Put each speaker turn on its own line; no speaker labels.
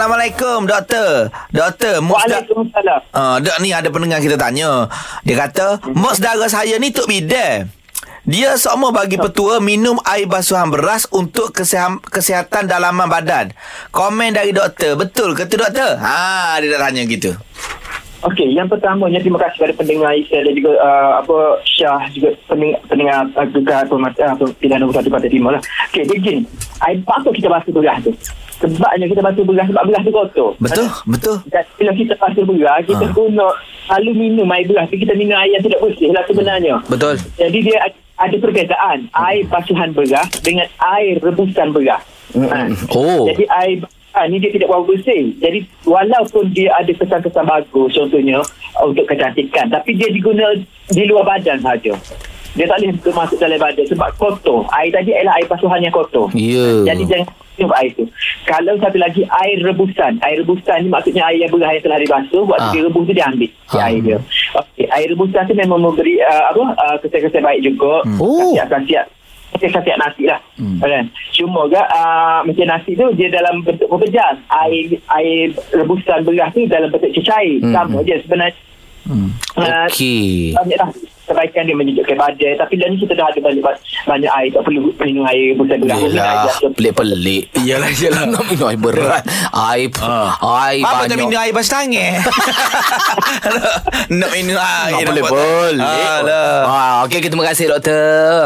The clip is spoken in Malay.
Assalamualaikum doktor. Doktor, mak sedar-
Waalaikumsalam.
Ah, dok ni ada pendengar kita tanya. Dia kata, "Mak saudara saya ni tok bidan. Dia semua bagi petua minum air basuhan beras untuk kesiham, kesihatan dalaman badan. Komen dari doktor, betul ke tu doktor? Ha, dia dah tanya gitu.
Okey, yang pertamanya terima kasih kepada pendengar Isel dan juga uh, apa Syah juga pendengar, pendengar uh, juga pemerhati uh, pilihan nombor satu Pantai Timur lah. Okey, dia gini. Air patut kita basuh beras tu. Sebabnya kita basuh beras sebab beras tu kotor.
Betul, betul.
Dan bila kita basuh beras, kita
Ha.
ha. guna selalu minum air beras. tu, Kita minum air yang tidak bersih lah sebenarnya.
Betul.
Jadi dia ad- ada perbezaan air basuhan beras dengan air rebusan beras. Ha.
Oh.
Jadi air basuhan ni dia tidak bau bersih. Jadi walaupun dia ada kesan-kesan bagus contohnya uh, untuk kecantikan tapi dia diguna di luar badan saja. Dia tak boleh masuk dalam badan sebab kotor. Air tadi ialah air basuhan yang kotor.
Ya.
Jadi jangan minum air tu. Kalau satu lagi air rebusan. Air rebusan ni maksudnya air yang beras yang telah dibasuh. Waktu
Ah.
dia rebus tu dia ambil. Dia
Ah.
air dia. Okey, air rebusan tu memang memberi uh, apa uh, kesan-kesan baik juga.
Hmm. Oh.
Khasiat-khasiat khasiat nasi lah. Hmm. Kan? Cuma juga uh, macam nasi tu dia dalam bentuk pepejas. Air air rebusan beras tu dalam bentuk cecair.
Hmm.
Sama je sebenarnya. Hmm.
Okey.
Banyaklah kebaikan dia menunjukkan badan tapi dah ni kita dah ada banyak banyak air tak perlu minum air rebusan beras
Yelah, pelik-pelik.
Iyalah, iyalah.
Nak minum air berat. Air,
Ah.
air
Apa
banyak.
tak minum air basuh tangan? Nak minum air.
Tak
nak
boleh
buat- Ha, lah.
boleh. Eh,
Alah.
Ah, Okey, terima kasih doktor.